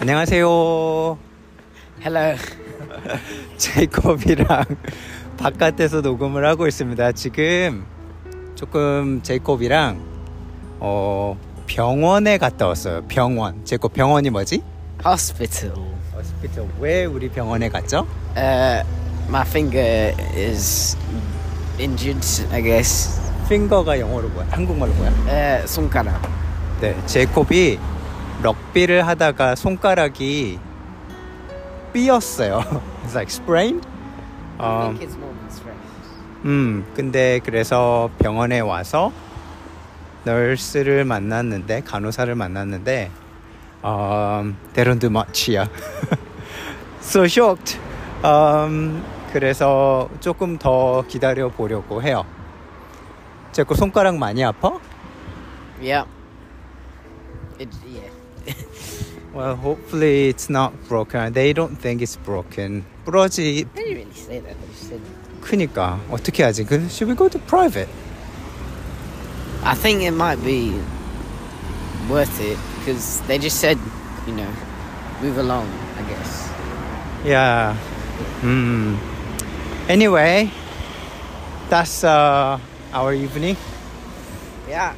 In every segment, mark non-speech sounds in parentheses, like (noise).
안녕하세요. Hello. 제이콥이랑 (laughs) 바깥에서 녹음을 하고 있습니다. 지금 조금 제이콥이랑 어, 병원에 갔다 왔어요. 병원. 제이콥 병원이 뭐지? Hospital. 호스피터. 왜 우리 병원에 갔죠? Uh, my finger is injured, I guess. 핑거가 영어로 뭐야? 한국말로 뭐야? Uh, 손가락. 네, 제이콥이 럭비를 하다가 손가락이 삐었어요. (laughs) It's like sprain. I 어, think it's more than sprain. 음, 근데 그래서 병원에 와서 널스를 만났는데 간호사를 만났는데 um, they don't do much야. (laughs) so shocked. 음, 그래서 조금 더 기다려 보려고 해요. 제코 손가락 많이 아파? Yeah. It, yeah. Well, hopefully it's not broken. They don't think it's broken. 부러지 I didn't really say that. I just said. 크니까 어떻게 하지? 그 should we go to private? I think it might be worth it because they just said, you know, move along. I guess. Yeah. Mm. Anyway, that's uh, our evening. Yeah.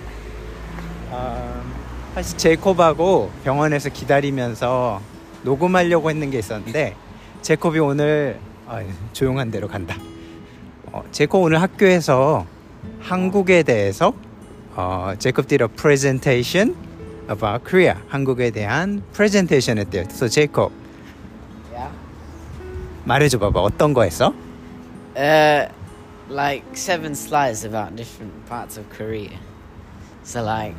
Um, 사실 제이콥하고 병원에서 기다리면서 녹음하려고 했는 게 있었는데 제이콥이 오늘 아, 조용한 데로 간다. 어, 제이콥 오늘 학교에서 한국에 대해서 어, 제이콥 did a presentation about Korea. 한국에 대한 프레젠테이션 했대요. 그래서 제이콥 Yeah. 말해줘 봐봐. 어떤 거 했어? Uh, like seven slides about different parts of Korea. So like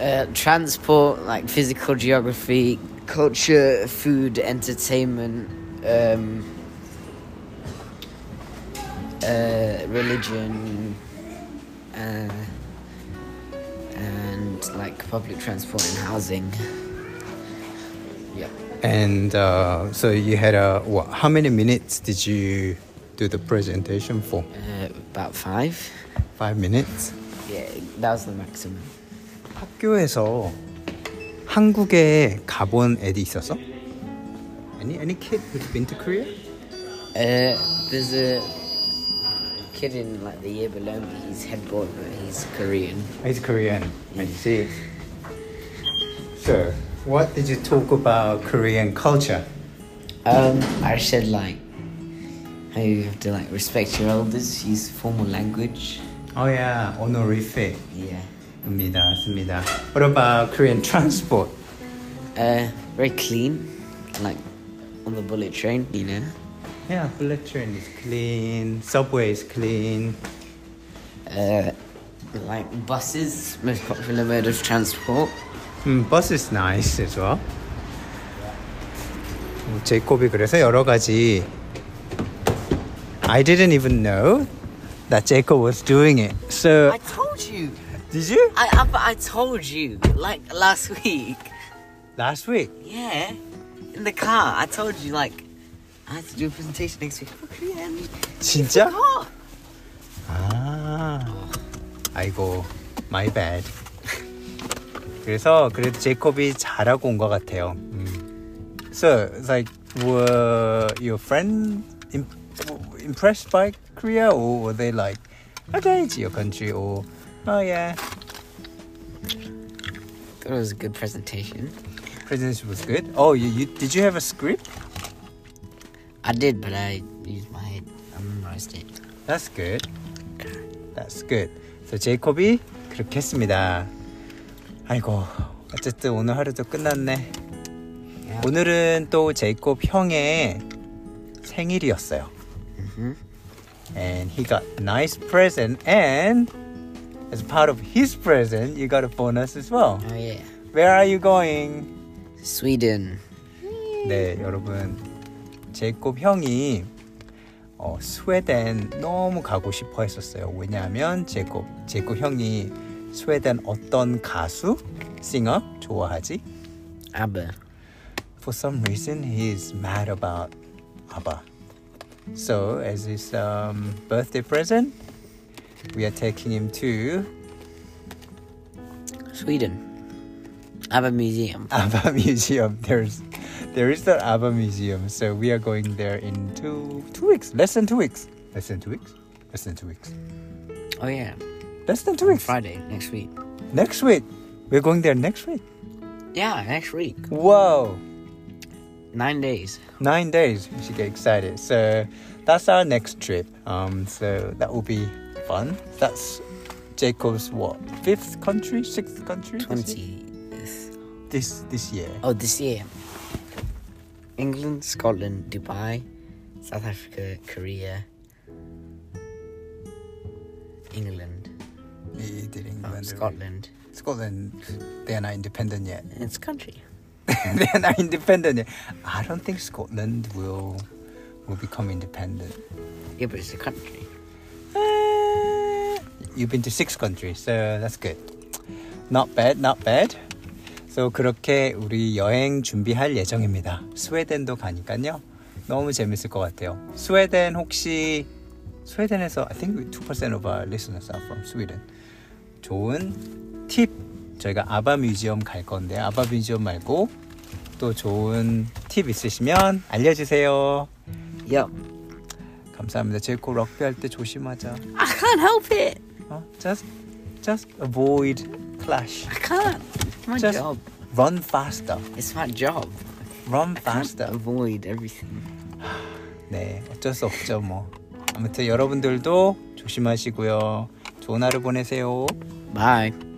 uh, transport, like physical geography, culture, food, entertainment, um, uh, religion, uh, and like public transport and housing. Yep. And uh, so you had a what, how many minutes did you do the presentation for? Uh, about five. Five minutes. Yeah, that was the maximum. 학교에서 한국에 가본 애들 있었어? Any any kid who's been to Korea? Uh, there's a kid in like the year below me. He's head boy, but he's Korean. It's Korean. I see. So, what did you talk about Korean culture? Um, I said like how you have to like respect your elders, use formal language. Oh yeah, honorific. Yeah. 입니다, 맞습니다. What about Korean transport? Uh, very clean, like on the bullet train, you know. Yeah, bullet train is clean, subway is clean. Uh, like buses, most popular mode of transport. 음, 버스 is nice as well. 음, 제이콥이 그래서 여러 가지 I didn't even know that Jacob was doing it. So I told you. did you? I I, I told you like last (laughs) week. Last week. Yeah, in the car. I told you, like, I had to do a presentation next week for Korea and you 진짜? forgot. 아. 아이고. My bad. (laughs) 그래서 그래도 제이콥이 잘하고 온 것 같아요. 음. So like were your friend im- impressed by Korea or were they like okay it's your country or oh yeah It was a good presentation. presentation was good. Oh you, you did you have a script? I did, but I used my head. I memorized it. That's good. That's good. 그래서 제이콥이 그렇게 했습니다. 아이고 어쨌든 오늘 하루도 끝났네. 오늘은 또 제이콥 형의 생일이었어요. And he got a nice present and as part of his present you got a bonus as well. Oh, yeah. Where are you going? Sweden. 네, 여러분. 제이콥 형이 어, 스웨덴 너무 가고 싶어 했었어요. 왜냐하면 제이콥, 제이콥 형이 스웨덴 어떤 가수, 싱어 좋아하지? ABBA. For some reason, he's mad about ABBA. So, as his um, birthday present, we are taking him to Sweden. ABBA museum. ABBA (laughs) museum. There's there is the ABBA museum. So we are going there in two two weeks. Less than two weeks. Less than two weeks. Less than two weeks. Oh yeah, Less than two weeks. Friday next week. Next week. We're going there next week. Yeah, next week. Whoa. Nine days. Nine days. We should get excited. So that's our next trip. Um so that will be fun. That's Jacob's what? Fifth country? Sixth country? this year? Twenty. This this year. Oh, this year. England, Scotland, Dubai, South Africa, Korea, England, He did oh, England. Scotland. Scotland, they are not independent yet. It's a country. (laughs) they are not independent yet. I don't think Scotland will will become independent. Yeah, but it's a country. Uh, You've been to six countries, so that's good. Not bad, not bad. So 그렇게 우리 여행 준비할 예정입니다. 스웨덴도 가니까요. 너무 재밌을 것 같아요. 스웨덴 혹시 스웨덴에서 I think 2% of our listeners are from Sweden. 좋은 팁 저희가 아바 뮤지엄 갈 건데 아바 뮤지엄 말고 또 좋은 팁 있으시면 알려주세요. Yep. 감사합니다. 제코 럭비 할 때 조심하자. I can't help it. 어? Just, just avoid clash. I can't. It's my Just- job. Run faster. It's my job. Run Can't faster. avoid everything. 네, 어쩔 수 없죠 뭐. 아무튼 여러분들도 조심하시고요. 좋은 하루 보내세요. Bye.